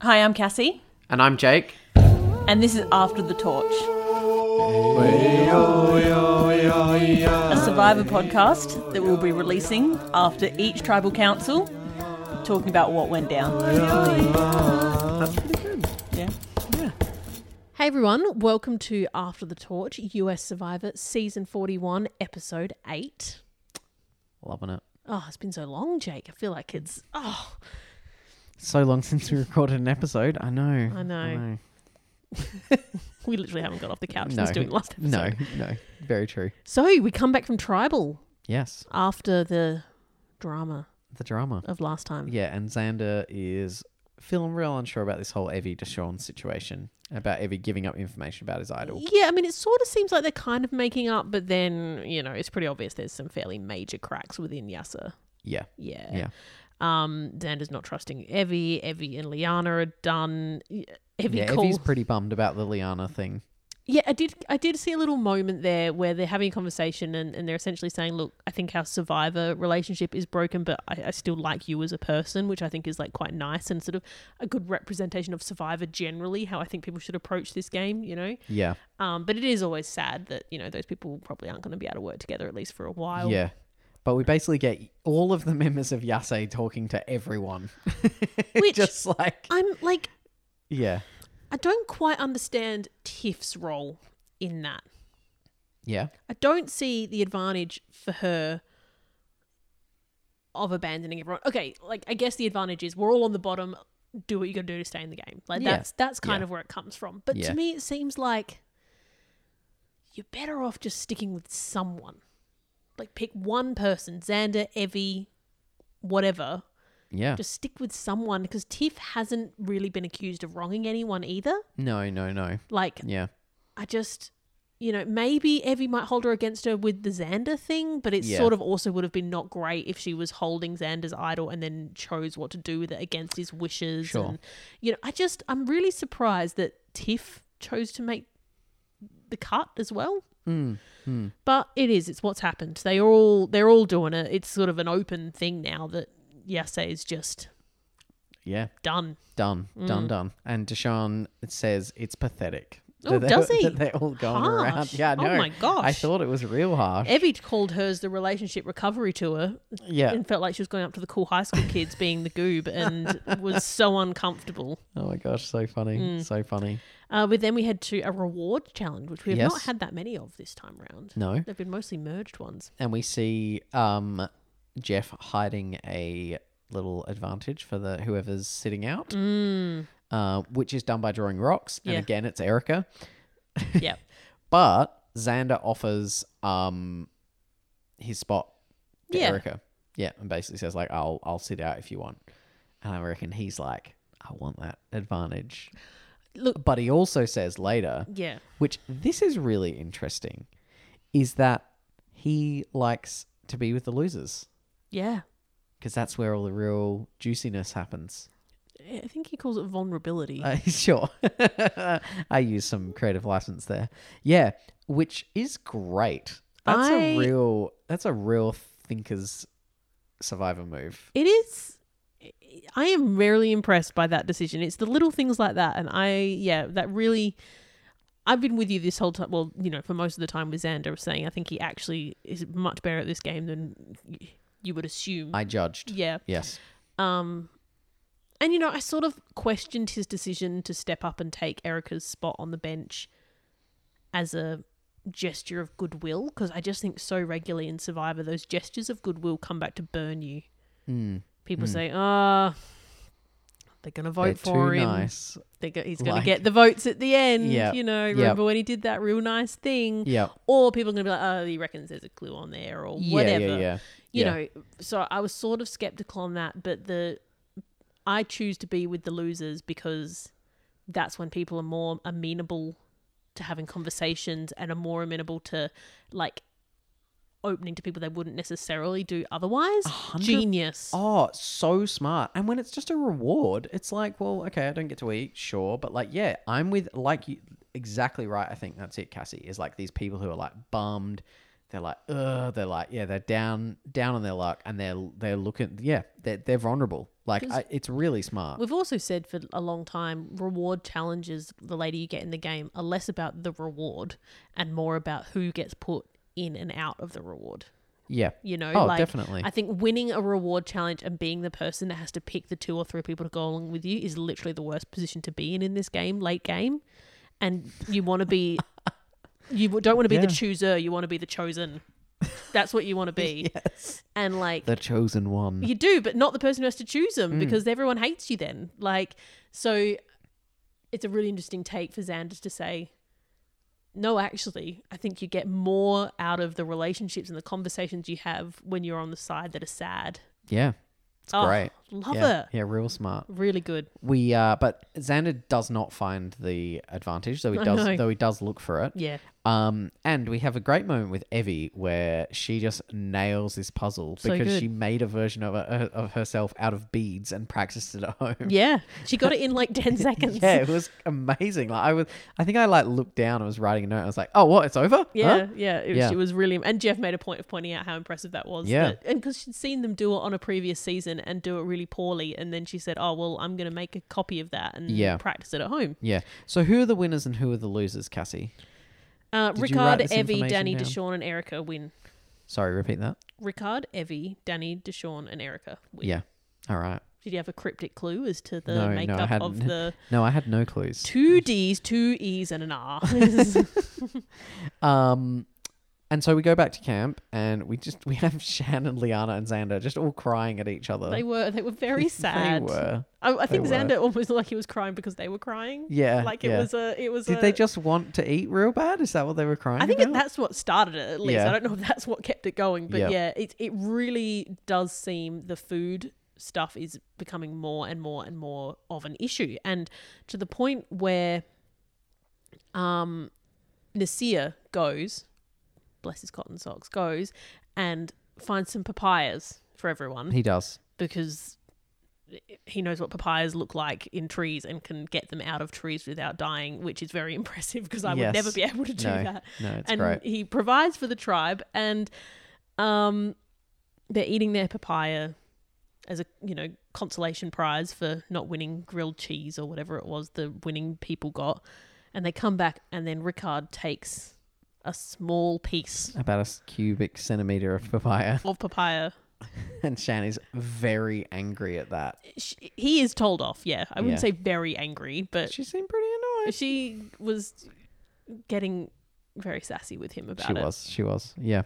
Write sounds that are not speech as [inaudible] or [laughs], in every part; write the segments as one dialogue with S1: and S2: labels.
S1: Hi, I'm Cassie,
S2: And I'm Jake.
S1: and this is After the Torch. A survivor podcast that we'll be releasing after each tribal council, talking about what went down.
S2: That's pretty good.
S1: Yeah.
S3: Hey everyone, welcome to After the Torch US Survivor Season 41, Episode 8.
S2: Loving it.
S3: Oh, it's been so long, Jake. I feel like it's. Oh,
S2: So long [laughs] since we recorded an episode. I know. I
S3: know. we literally haven't got off the couch since doing last episode.
S2: no, no. Very true.
S3: So we come back from Tribal
S2: Yes.
S3: after the drama
S2: The drama.
S3: of last time.
S2: Yeah, and Xander is feeling real unsure about this whole Evie Deshawn situation, about Evie giving up information about his idol.
S3: Yeah, I mean, it sort of seems like they're kind of making up, but then, you know, it's pretty obvious there's some fairly major cracks within Yasser.
S2: Yeah.
S3: Yeah.
S2: Yeah.
S3: Um, Xander's not trusting Evie. Evie and Liana are done. Y- Evie
S2: yeah,
S3: calls.
S2: Evie's pretty bummed about the Liana thing.
S3: Yeah, I did. I did see a little moment there where they're having a conversation and, and they're essentially saying, "Look, I think our survivor relationship is broken, but I, I still like you as a person," which I think is like quite nice and sort of a good representation of survivor generally. How I think people should approach this game, you know.
S2: Yeah.
S3: Um, but it is always sad that you know those people probably aren't going to be able to work together at least for a while.
S2: Yeah. But we basically get all of the members of Yase talking to everyone. [laughs]
S3: Which-
S2: Just like,
S3: I'm like,
S2: yeah.
S3: I don't quite understand Tiff's role in that.
S2: Yeah.
S3: I don't see the advantage for her of abandoning everyone. Okay, like I guess the advantage is we're all on the bottom. Do what you gotta do to stay in the game. Like
S2: Yeah.
S3: that's that's kind
S2: Yeah.
S3: of where it comes from. But
S2: Yeah.
S3: to me, it seems like you're better off just sticking with someone. Like pick one person, Xander, Evie, whatever.
S2: Yeah.
S3: Just stick with someone because Tiff hasn't really been accused of wronging anyone either.
S2: No, no, no.
S3: Like
S2: Yeah.
S3: I just, you know, maybe Evie might hold her against her with the Xander thing, but it
S2: Yeah.
S3: sort of also would have been not great if she was holding Xander's idol and then chose what to do with it against his wishes.
S2: Sure.
S3: And, you know, I just, I'm really surprised that Tiff chose to make the cut as well.
S2: Hmm,
S3: But it is, it's what's happened. They are all, they're all doing it. It's sort of an open thing now that Yase is just
S2: Yeah.
S3: done.
S2: Done,
S3: Mm.
S2: done, done. And Deshaun says it's pathetic.
S3: Oh,
S2: that they- [laughs]
S3: does he?
S2: That they're all going around.
S3: Harsh.
S2: Yeah,
S3: Oh
S2: no.
S3: my gosh.
S2: I thought it was real harsh.
S3: Evie called hers the relationship recovery tour
S2: yeah.
S3: and felt like she was going up to the cool high school kids being the goob and
S2: [laughs]
S3: was so uncomfortable.
S2: Oh my gosh, so funny.
S3: Mm.
S2: So funny.
S3: Uh, but then we head to a reward challenge, which we have not
S2: Yes.
S3: had that many of this time round.
S2: No.
S3: They've been mostly
S2: [laughs]
S3: merged ones.
S2: And we see um Jeff hiding a little advantage for the whoever's sitting out. Uh, which is done by drawing rocks. And
S3: Mm. Yeah.
S2: again it's Erica.
S3: yep.
S2: But Xander offers um his spot to
S3: Yeah.
S2: Erica. Yeah, and basically says like I'll I'll sit out if you want. And I reckon he's like, I want that advantage.
S3: Look-
S2: But he also says later,
S3: Yeah.
S2: which this is really interesting, is that he likes to be with the losers.
S3: Yeah.
S2: Because that's where all the real juiciness happens. [laughs]
S3: I think he calls it vulnerability.
S2: Uh, sure. [laughs] I use some creative license there. Yeah, which is great. That's a
S3: I-
S2: real that's a real thinker's survivor move.
S3: it is. I am rarely impressed by that decision. It's the little things like that. And I, yeah, that really. I've been with you this whole time. Well, you know, for most of the time with Xander, saying I think he actually is much better at this game than y- you would assume.
S2: I judged.
S3: yeah.
S2: Yes.
S3: Um, and you know, I sort of questioned his decision to step up and take Erica's spot on the bench as a gesture of goodwill because I just think so regularly in Survivor those gestures of goodwill come back to burn you.
S2: Hmm.
S3: People say, "Ah, they're gonna vote
S2: They're
S3: for
S2: too
S3: him.
S2: nice.
S3: They're go- he's gonna
S2: Like-
S3: get the votes at the end."
S2: Yeah,
S3: You know,
S2: yeah.
S3: remember when he did that real nice thing? [laughs]
S2: Yeah.
S3: Or people are gonna be like, "Oh, he reckons there's a clue on there," or
S2: Yeah,
S3: whatever
S2: Yeah, yeah.
S3: you
S2: Yeah.
S3: know so i was sort of skeptical on that but the i choose to be with the losers because that's when people are more amenable to having conversations and are more amenable to like opening to people they wouldn't necessarily do otherwise
S2: hundred-
S3: genius
S2: Oh, so smart. And when it's just a reward, it's like, well, okay, I don't get to eat, sure. But like, yeah, I'm with, like, you, exactly right. I think that's it, Cassie, is like these people who are like bummed. They're like, ugh. They're like, yeah, they're down, down on their luck, and they're they're looking, yeah, they're they're vulnerable. Like, I, it's really smart.
S3: We've also said for a long time reward challenges, the later you get in the game, are less about the reward and more about who gets put in and out of the reward.
S2: Yeah,
S3: You know,
S2: Oh,
S3: like,
S2: definitely.
S3: I think winning a reward challenge and being the person that has to pick the two or three people to go along with you is literally the worst position to be in in this game, late game. And you want
S2: [laughs]
S3: to be, you don't want to be
S2: Yeah.
S3: the chooser, you want to be the chosen. That's what you want to be.
S2: [laughs] yes,
S3: And like,
S2: the chosen one.
S3: you do, but not the person who has to choose
S2: Mm.
S3: them because everyone hates you then. Like, so it's a really interesting take for Xander to say, no, actually, I think you get more out of the relationships and the conversations you have when you're on the side that are sad.
S2: Yeah, it's
S3: Oh,
S2: great.
S3: Love
S2: yeah,
S3: it.
S2: yeah, real smart.
S3: Really good.
S2: We, uh, but Xander does not find the advantage, though he
S3: I
S2: does,
S3: know.
S2: though he does look for it.
S3: Yeah.
S2: Um, and we have a great moment with Evie where she just nails this puzzle
S3: So
S2: because
S3: good.
S2: she made a version of, her, of herself out of beads and practiced it at home.
S3: [laughs] Yeah. She got it in like 10 seconds.
S2: Mm. [laughs] Yeah, it was amazing. Like I was, I think I like looked down and was writing a note. I was like, "Oh, what? It's over? Huh?"
S3: Yeah, yeah, it was,
S2: Yeah.
S3: It was really, and Jeff made a point of pointing out how impressive that was.
S2: Yeah.
S3: That- and because she'd seen them do it on a previous season and do it really poorly, and then she said, "Oh well, I'm going to make a copy of that and
S2: Yeah.
S3: practice it at home."
S2: yeah." So who are the winners and who are the losers, Cassie?
S3: Uh,
S2: Did you write
S3: Ricard,
S2: this
S3: Evie,
S2: information
S3: Danny,
S2: down?
S3: Deshawn, and Erica win.
S2: Sorry, repeat that.
S3: Ricard, Evie, Danny, Deshawn, and Erica win.
S2: Yeah. All right.
S3: Did you have a cryptic clue as to the
S2: No, no, I
S3: makeup of
S2: hadn't. [laughs]
S3: the
S2: No, I had no clues.
S3: two D's, two E's, and an R? [laughs]
S2: Um, and so we go back to camp, and we just [laughs] we have Shannon, Liana, and Xander just all crying at each other.
S3: they were they were very sad.
S2: Uh. [laughs] They were.
S3: I, I think
S2: were.
S3: Xander almost looked like he was crying because they were crying.
S2: Yeah.
S3: Like it
S2: yeah.
S3: was a it was
S2: Did
S3: a,
S2: they just want to eat real bad? Is that what they were crying?
S3: I think
S2: about?
S3: that's what started it, at least.
S2: Yeah.
S3: I don't know if that's what kept it going, but
S2: Yep.
S3: yeah, it it really does seem the food stuff is becoming more and more and more of an issue, and to the point where, um, Nasir goes, bless his cotton socks, goes and finds some papayas for everyone
S2: he does.
S3: because he knows what papayas look like in trees and can get them out of trees without dying, which is very [laughs] impressive because I
S2: Yes.
S3: would never be able to do
S2: No.
S3: that
S2: No, it's
S3: and
S2: great.
S3: he provides for the tribe and um they're eating their papaya as a you know consolation prize for not winning grilled cheese or whatever it was the winning people got and they come back and then Ricard takes a small piece
S2: About a s- cubic centimeter of papaya, [laughs]
S3: of papaya
S2: and Shan is very angry at that.
S3: Sh he is told off yeah i wouldn't
S2: Yeah.
S3: say very angry but
S2: She seemed pretty annoyed.
S3: she was getting very sassy with him about
S2: She
S3: it
S2: was. She was. Yeah.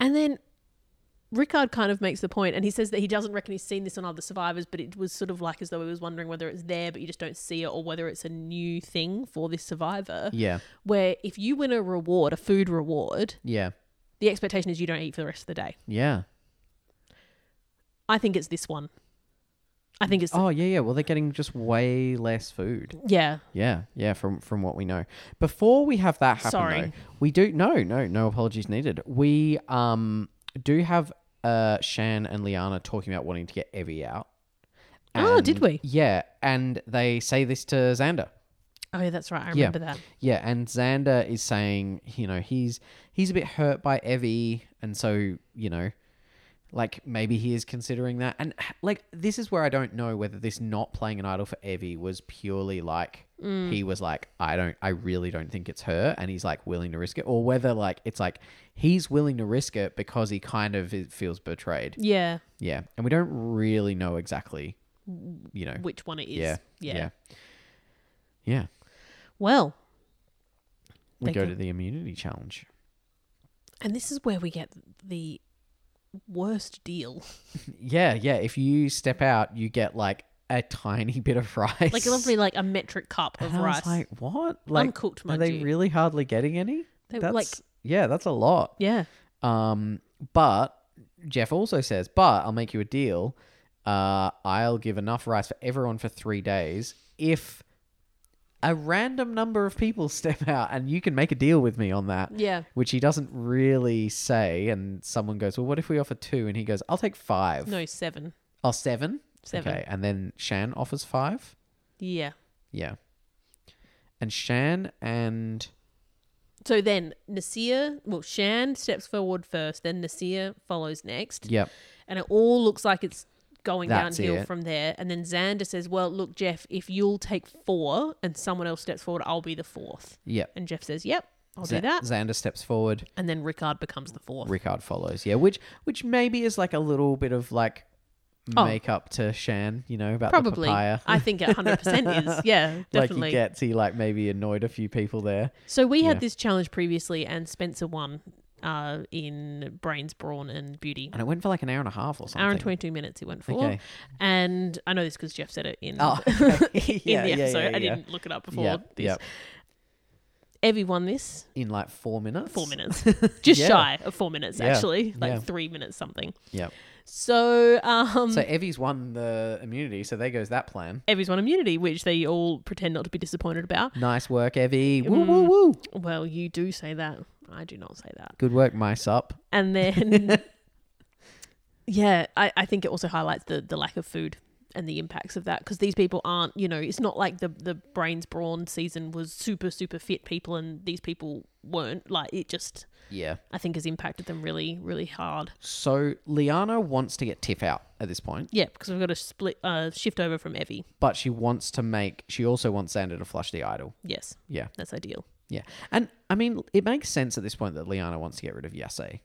S3: And then Rickard kind of makes the point, and he says that he doesn't reckon he's seen this on other survivors, but it was sort of like as though he was wondering whether it's there, but you just don't see it, or whether it's a new thing for this survivor.
S2: Yeah.
S3: Where if you win a reward, a food reward,
S2: Yeah.
S3: the expectation is you don't eat for the rest of the day.
S2: Yeah.
S3: I think it's this one. I think it's
S2: Oh yeah, yeah. Well, they're getting just way less food.
S3: yeah,
S2: Yeah, yeah. From from what we know, before we have that happen,
S3: Sorry.
S2: though, we do no, no, no apologies needed. We um do have uh Shan and Liana talking about wanting to get Evie out.
S3: Oh, did
S2: And-
S3: we?
S2: Yeah, and they say this to Xander.
S3: oh yeah, that's right. I remember that.
S2: Yeah, and Xander is saying, you know, he's he's a bit hurt by Evie, and so you know, like maybe he is considering that. And like this is where I don't know whether this not playing an idol for Evie was purely like he was like, I don't, I really don't think it's her, and he's like willing to risk it, or whether like it's like he's willing to risk it because he kind of feels betrayed.
S3: Yeah,
S2: Yeah, and we don't really know exactly, you know.
S3: which one it is?
S2: Yeah, yeah, yeah.
S3: Well,
S2: We
S3: They
S2: go
S3: can-
S2: to the immunity challenge.
S3: and this is where we get the worst deal.
S2: Yeah, yeah. If you step out, you get like a tiny [laughs] bit of rice.
S3: Like lovely, like a metric cup of
S2: And I was
S3: rice.
S2: like, what? Like,
S3: Uncooked,
S2: are
S3: mind
S2: they
S3: you.
S2: really hardly getting any?
S3: They-
S2: that's
S3: like-
S2: yeah, that's a lot.
S3: yeah.
S2: Um, but Jeff also says, but I'll make you a deal. Uh, I'll give enough rice for everyone for three days if a random number of people [laughs] step out, and you can make a deal with me on that.
S3: Yeah.
S2: Which he doesn't really say, and someone goes, "Well, what if we offer two? And he goes, "I'll take five.
S3: No, seven.
S2: Oh, seven?
S3: Seven.
S2: Okay, and then Shan offers five?
S3: Yeah.
S2: Yeah. And Shan and
S3: So then Nasir, well, Shan steps forward first, then Nasir follows next.
S2: Yep.
S3: And it all looks like it's going
S2: That's
S3: downhill
S2: it.
S3: from there. And then Xander says, Well, look, Jeff, if you'll take four and someone else steps forward, I'll be the fourth.
S2: Yep.
S3: And Jeff says, Yep, I'll
S2: Za-
S3: do that.
S2: Xander steps forward.
S3: And then Rickard becomes the fourth.
S2: Rickard follows. Yeah, which which maybe is like a little bit of like
S3: Oh.
S2: makeup to Shan, you know, about the
S3: Probably.
S2: papaya.
S3: I think it
S2: [laughs]
S3: 100% is. Yeah, definitely.
S2: Like he gets, he like maybe annoyed a few people there.
S3: So we had
S2: Yeah.
S3: this challenge previously, and Spencer won uh, in brains, brawn, and beauty.
S2: And it went for like an hour and a half or something.
S3: Hour and twenty-two minutes he went for, [laughs]
S2: Okay.
S3: and I know this because Jeff said it in
S2: Oh, [laughs] okay.
S3: in
S2: yeah,
S3: the
S2: yeah,
S3: episode.
S2: yeah,
S3: I
S2: yeah.
S3: didn't look it up before
S2: Yeah,
S3: this.
S2: yeah.
S3: Evie won this
S2: In like four minutes.
S3: four minutes,
S2: [laughs]
S3: just
S2: Yeah.
S3: shy of four minutes
S2: Yeah,
S3: actually, like
S2: yeah.
S3: three minutes something.
S2: Yep.
S3: So um,
S2: So Evie's won the immunity, so there goes that plan.
S3: Evie's won immunity, which they all pretend not to be disappointed about.
S2: Nice work, Evie.
S3: Mm.
S2: Woo woo woo.
S3: Well, you do say that. I do not say that.
S2: Good work, my sup. [laughs]
S3: and then yeah I, I think it also highlights the the lack of food and the impacts of that because these people aren't you know it's not like the the brains brawn season was super super fit people and these people weren't like it just
S2: Yeah.
S3: i think has impacted them really really hard
S2: So Liana wants to get Tiff out at this point,
S3: yeah because we've got to split uh shift over from evie
S2: but she wants to make she also wants Xander to flush the idol.
S3: yes
S2: Yeah.
S3: that's ideal
S2: Yeah. And I mean it makes sense at this point that Liana wants to get rid of Yase.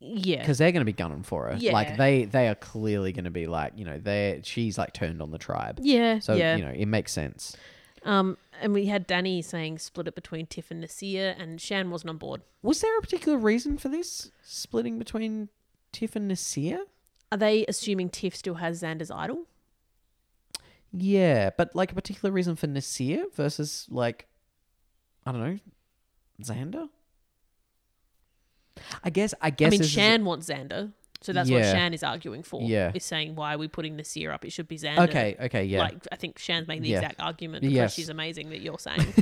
S3: yeah
S2: Because they're gonna be gunning for her.
S3: Yeah.
S2: Like they they are clearly gonna be like, you know, they she's like turned on the tribe.
S3: yeah
S2: So
S3: yeah
S2: you know, it makes sense.
S3: um and we had danny saying split it between tiff and nasir and shan wasn't on board
S2: Was there a particular reason for this splitting between Tiff and Nasir?
S3: are they assuming tiff still has xander's idol
S2: Yeah, but like a particular reason for Nasir versus like I don't know, Xander. I guess I guess
S3: I mean,
S2: this is-
S3: Shan wants Xander, so that's what
S2: Yeah.
S3: Shan is arguing for.
S2: Yeah.
S3: is saying why are we putting Nasir up? It should be Xander.
S2: Okay, okay, yeah.
S3: Like I think Shan's making the
S2: Yeah.
S3: exact argument because
S2: Yes.
S3: she's amazing that you're
S2: [laughs]
S3: saying.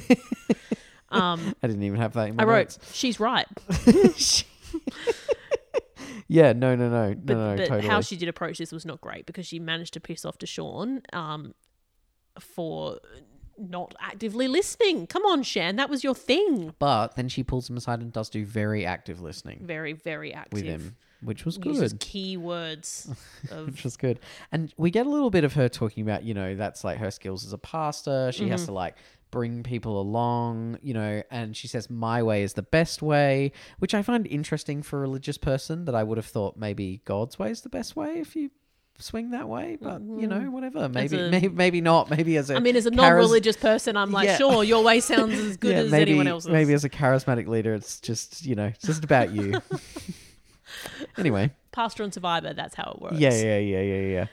S3: um,
S2: I didn't even have that in my
S3: I wrote
S2: notes.
S3: she's right, [laughs]
S2: Yeah, no, no, [laughs] no,
S3: but,
S2: no, no,
S3: but
S2: totally.
S3: how she did approach this was not great because she managed to piss off to Sean um, for not actively listening. Come on, Shan, that was your thing.
S2: but then she pulls him aside and does do very active listening
S3: Very, very active.
S2: with him, which was
S3: Uses
S2: good. [laughs]
S3: key words of
S2: Which was good. And we get a little bit of her talking about, you know, that's like her skills as a pastor. She
S3: Mm-hmm.
S2: has to like bring people along, you know, and she says, my way is the best way, which I find interesting for a religious person that I would have thought maybe God's way is the best way if you swing that way. But, you know, whatever. Maybe,
S3: Mm-hmm. a-
S2: maybe, maybe not. Maybe as a.
S3: I mean, as a
S2: charis-
S3: non-religious person, I'm like,
S2: Yeah.
S3: sure, your way sounds
S2: [laughs]
S3: as good
S2: yeah,
S3: as
S2: maybe,
S3: anyone else's.
S2: Maybe as a charismatic leader, it's just, you know, it's just about
S3: [laughs]
S2: you. anyway.
S3: Pastor and Survivor, that's how it works.
S2: Yeah, yeah, yeah, yeah, yeah.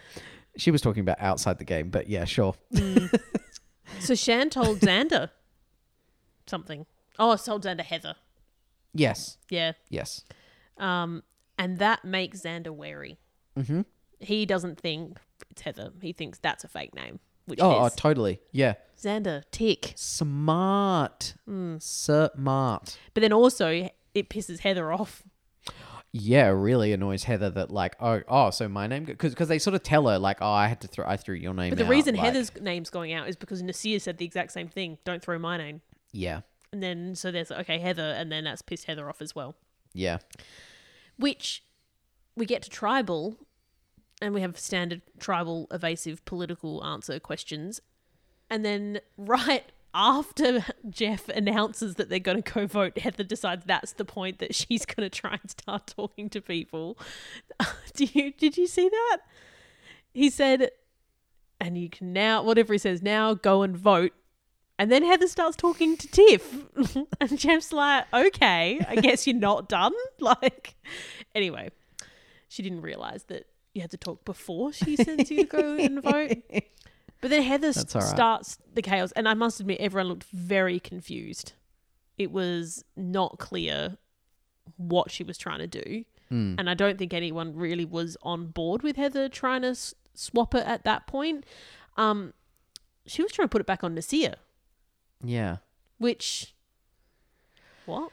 S2: She was talking about outside the game, but yeah, sure.
S3: So Shan told Xander [laughs] something. Oh, told Xander Heather.
S2: Yes,
S3: Yeah.
S2: yes.
S3: Um, and that makes Xander wary.
S2: Mm-hmm.
S3: He doesn't think it's Heather. He thinks that's a fake name, which
S2: Oh, oh,
S3: is
S2: totally. Yeah,
S3: Xander tick.
S2: smart, smart.
S3: But then also it pisses Heather off.
S2: Yeah, really annoys Heather that like oh oh so my name because because they sort of tell her like oh I had to throw I threw your name.
S3: But the
S2: out,
S3: reason
S2: like-
S3: Heather's name's going out is because Nasir said the exact same thing. Don't throw my name.
S2: yeah
S3: And then so there's okay Heather, and then that's pissed Heather off as well.
S2: yeah
S3: which we get to tribal and we have standard tribal evasive political answer questions and then right after [laughs] jeff announces that they're going to go vote heather decides that's the point that she's going to try and start talking to people [laughs] do you did you see that he said and you can now whatever he says now go and vote and then heather starts talking to tiff [laughs] and jeff's like okay
S2: [laughs]
S3: i guess you're not done [laughs] like anyway she didn't realize that you had to talk before she sends you to go
S2: [laughs]
S3: and vote but then heather s-
S2: That's all right.
S3: starts the chaos and i must admit everyone looked very confused it was not clear what she was trying to do
S2: Mm.
S3: and I don't think anyone really was on board with Heather trying to s- swap it at that point. Um, she was trying to put it back on Nasir,
S2: yeah.
S3: which what?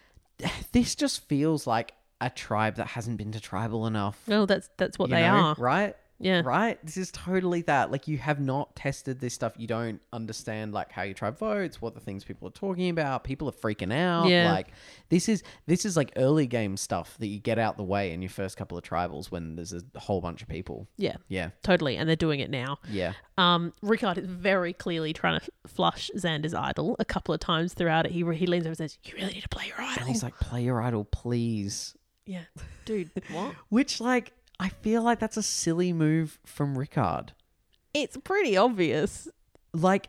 S2: This just feels like a tribe that hasn't been to tribal enough.
S3: No, that's that's what
S2: you
S3: they
S2: know,
S3: are.
S2: right?
S3: Yeah.
S2: right? This is totally that. Like you have not tested this stuff. You don't understand like how your tribe votes, what the things people are talking about. People are freaking out.
S3: Yeah.
S2: Like this is this is like early game stuff that you get out the way in your first couple of tribals when there's a whole bunch of people.
S3: Yeah.
S2: Yeah.
S3: Totally. And they're doing it now.
S2: Yeah.
S3: Um, Rickard is very clearly trying to flush Xander's idol a couple of times throughout it. He, he leans over and says, You really need to play your idol.
S2: And he's like, play your idol, please.
S3: yeah. Dude, what?
S2: Which like I feel like that's a silly move from Rickard.
S3: [laughs] It's pretty obvious.
S2: Like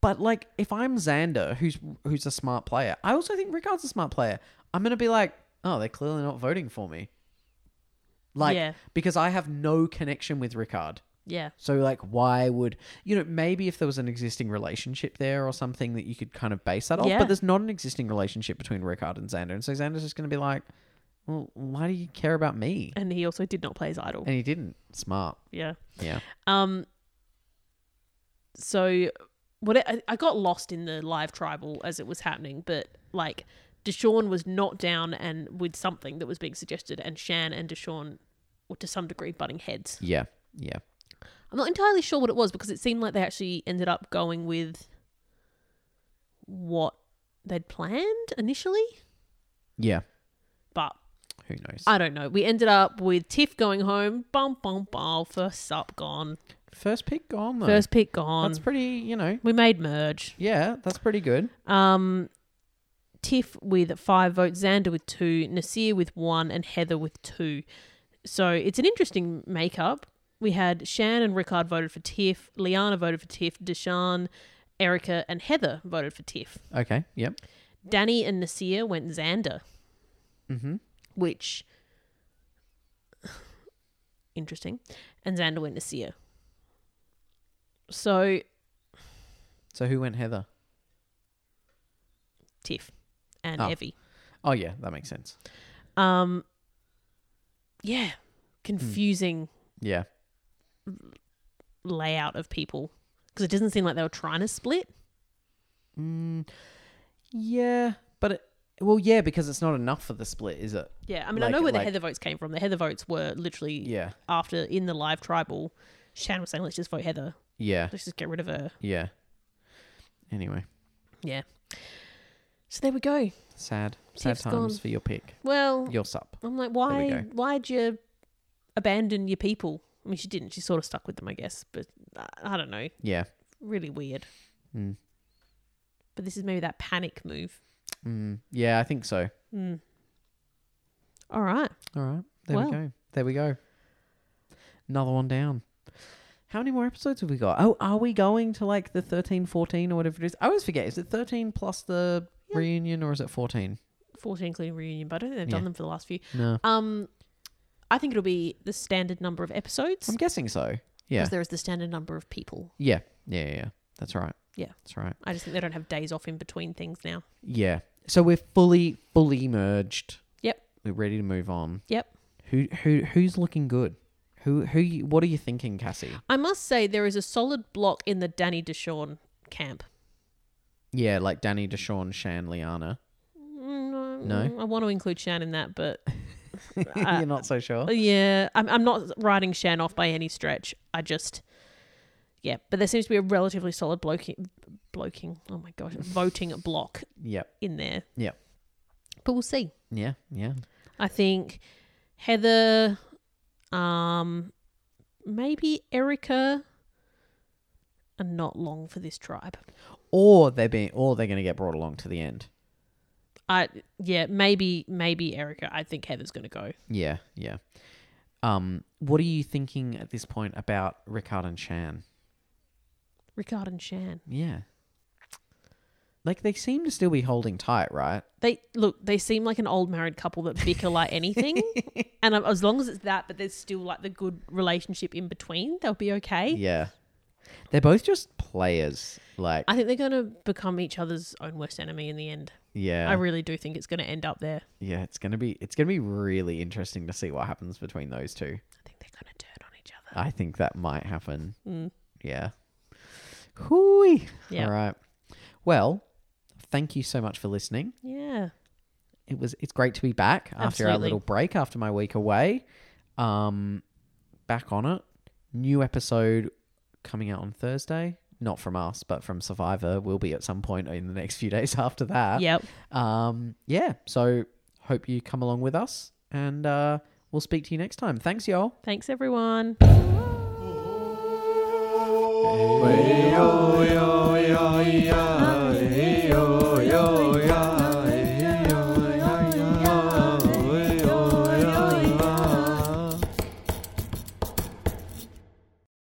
S2: but like if I'm Xander, who's who's a smart player, I also think Rickard's a smart player. I'm gonna be like, oh, they're clearly not voting for me. Like
S3: Yeah.
S2: because I have no connection with Rickard.
S3: Yeah.
S2: So like why would you know, maybe if there was an existing relationship there or something that you could kind of base that off,
S3: Yeah.
S2: but there's not an existing relationship between Rickard and Xander. And so Xander's just gonna be like, Well, why do you care about me?
S3: And he also did not play his idol.
S2: And he didn't. Smart.
S3: Yeah.
S2: Yeah.
S3: Um. So, what I, I got lost in the live tribal as it was happening, but like Deshaun was not down and with something that was being suggested, and Shan and Deshaun were to some degree butting heads.
S2: Yeah. Yeah.
S3: I'm not entirely sure what it was because it seemed like they actually ended up going with what they'd planned initially,
S2: Yeah.
S3: but
S2: Who knows?
S3: I don't know. We ended up with Tiff going home, bum bum bum, first sup gone,
S2: First pick gone though.
S3: first pick gone.
S2: That's pretty, you know.
S3: we made merge.
S2: Yeah, that's pretty good.
S3: Um, Tiff with five votes, Xander with two, Nasir with one, and Heather with two. So it's an interesting makeup. We had Shan and Rickard voted for Tiff, Liana voted for Tiff, Deshaun, Erica, and Heather voted for Tiff.
S2: Okay. Yep.
S3: Danny and Nasir went Xander,
S2: Mhm.
S3: which [sighs] interesting, and Xander went Nasir. So
S2: So who went Heather?
S3: Tiff and
S2: Oh.
S3: Evie.
S2: Oh yeah, that makes sense.
S3: Um, yeah, confusing
S2: Yeah.
S3: layout of people because it doesn't seem like they were trying to split.
S2: Mm, yeah, but it, well, yeah, because it's not enough for the split, is it?
S3: Yeah, I mean, I
S2: Like-
S3: know where the
S2: like-
S3: Heather votes came from. The Heather votes were literally
S2: Yeah.
S3: after in the live tribal. Shan was saying, "Let's just vote Heather.
S2: Yeah.
S3: Let's just get rid of her."
S2: Yeah. Anyway,
S3: Yeah. So there we go.
S2: sad, sad
S3: Tiff's
S2: times
S3: gone.
S2: for your pick,
S3: Well,
S2: your sup.
S3: I'm like,
S2: we
S3: why?
S2: go.
S3: Why'd you abandon your people? I mean, she didn't. She sort of stuck with them, I guess. But I, I don't know.
S2: Yeah.
S3: Really weird.
S2: Mm.
S3: But this is maybe that panic move.
S2: Mm, yeah, I think so.
S3: Mm. All right.
S2: All right. There
S3: Well.
S2: we go. There we go. Another one down. How many more episodes have we got? Oh, are we going to like the 13, 14 or whatever it is? I always forget. Is it 13 plus the
S3: Yeah.
S2: reunion or is it 14?
S3: 14 including reunion, but I don't think they've
S2: Yeah.
S3: done them for the last few.
S2: No.
S3: Um, I think it'll be the standard number of episodes
S2: I'm
S3: because
S2: guessing so. Um, Yeah.
S3: there is the standard number of people.
S2: Yeah. Yeah. Yeah. yeah. That's right.
S3: Yeah.
S2: That's right.
S3: I just think they don't have days off in between things now.
S2: Yeah. So we're fully, fully merged.
S3: Yep.
S2: We're ready to move on.
S3: Yep.
S2: Who, who, who's looking good? Who, who, you- what are you thinking, Cassie?
S3: I must say there is a solid block in the Danny Deshawn camp.
S2: Yeah. Like Danny, Deshaun, Shan, Liana. [laughs]
S3: Mm,
S2: No?
S3: I want to include Shan in that, but
S2: [laughs]
S3: uh,
S2: You're not so sure?
S3: yeah, I'm, I'm not writing Shan off by any stretch. I just, yeah, but there seems to be a relatively solid bloking, bloking. Oh my gosh, voting block
S2: Yep.
S3: in there.
S2: Yep.
S3: but we'll see.
S2: Yeah. Yeah.
S3: I think Heather, um, maybe Erica, are not long for this tribe.
S2: or they're being or they're going to get brought along to the end.
S3: I yeah, maybe maybe Erica. I think Heather's gonna go.
S2: Yeah, yeah. Um, what are you thinking at this point about Rickard and Shan?
S3: Ricard and Shan.
S2: Yeah, like they seem to still be holding tight, right?
S3: They look. They seem like an old married couple that bicker
S2: [laughs]
S3: like anything. and um, as long as it's that, but there's still like the good relationship in between, they'll be okay.
S2: Yeah, they're both just players. Like,
S3: I think they're gonna become each other's own worst enemy in the end.
S2: yeah,
S3: I really do think it's gonna end up there.
S2: yeah. It's gonna be it's gonna be really interesting to see what happens between those two.
S3: I think they're gonna turn on each other.
S2: I think that might happen.
S3: Mm.
S2: Yeah. Hooey.
S3: Yeah.
S2: Uh, All right. Well, thank you so much for listening.
S3: Yeah.
S2: it was it's great to be back after our
S3: Absolutely.
S2: little break after my week away um back on it. New episode coming out on Thursday. Not from us, but from Survivor will be at some point in the next few [laughs] days after that.
S3: Yep.
S2: Um, yeah. So hope you come along with us and uh, we'll speak to you next time. Thanks, y'all.
S3: Thanks, everyone.
S4: Way, oh, yeah.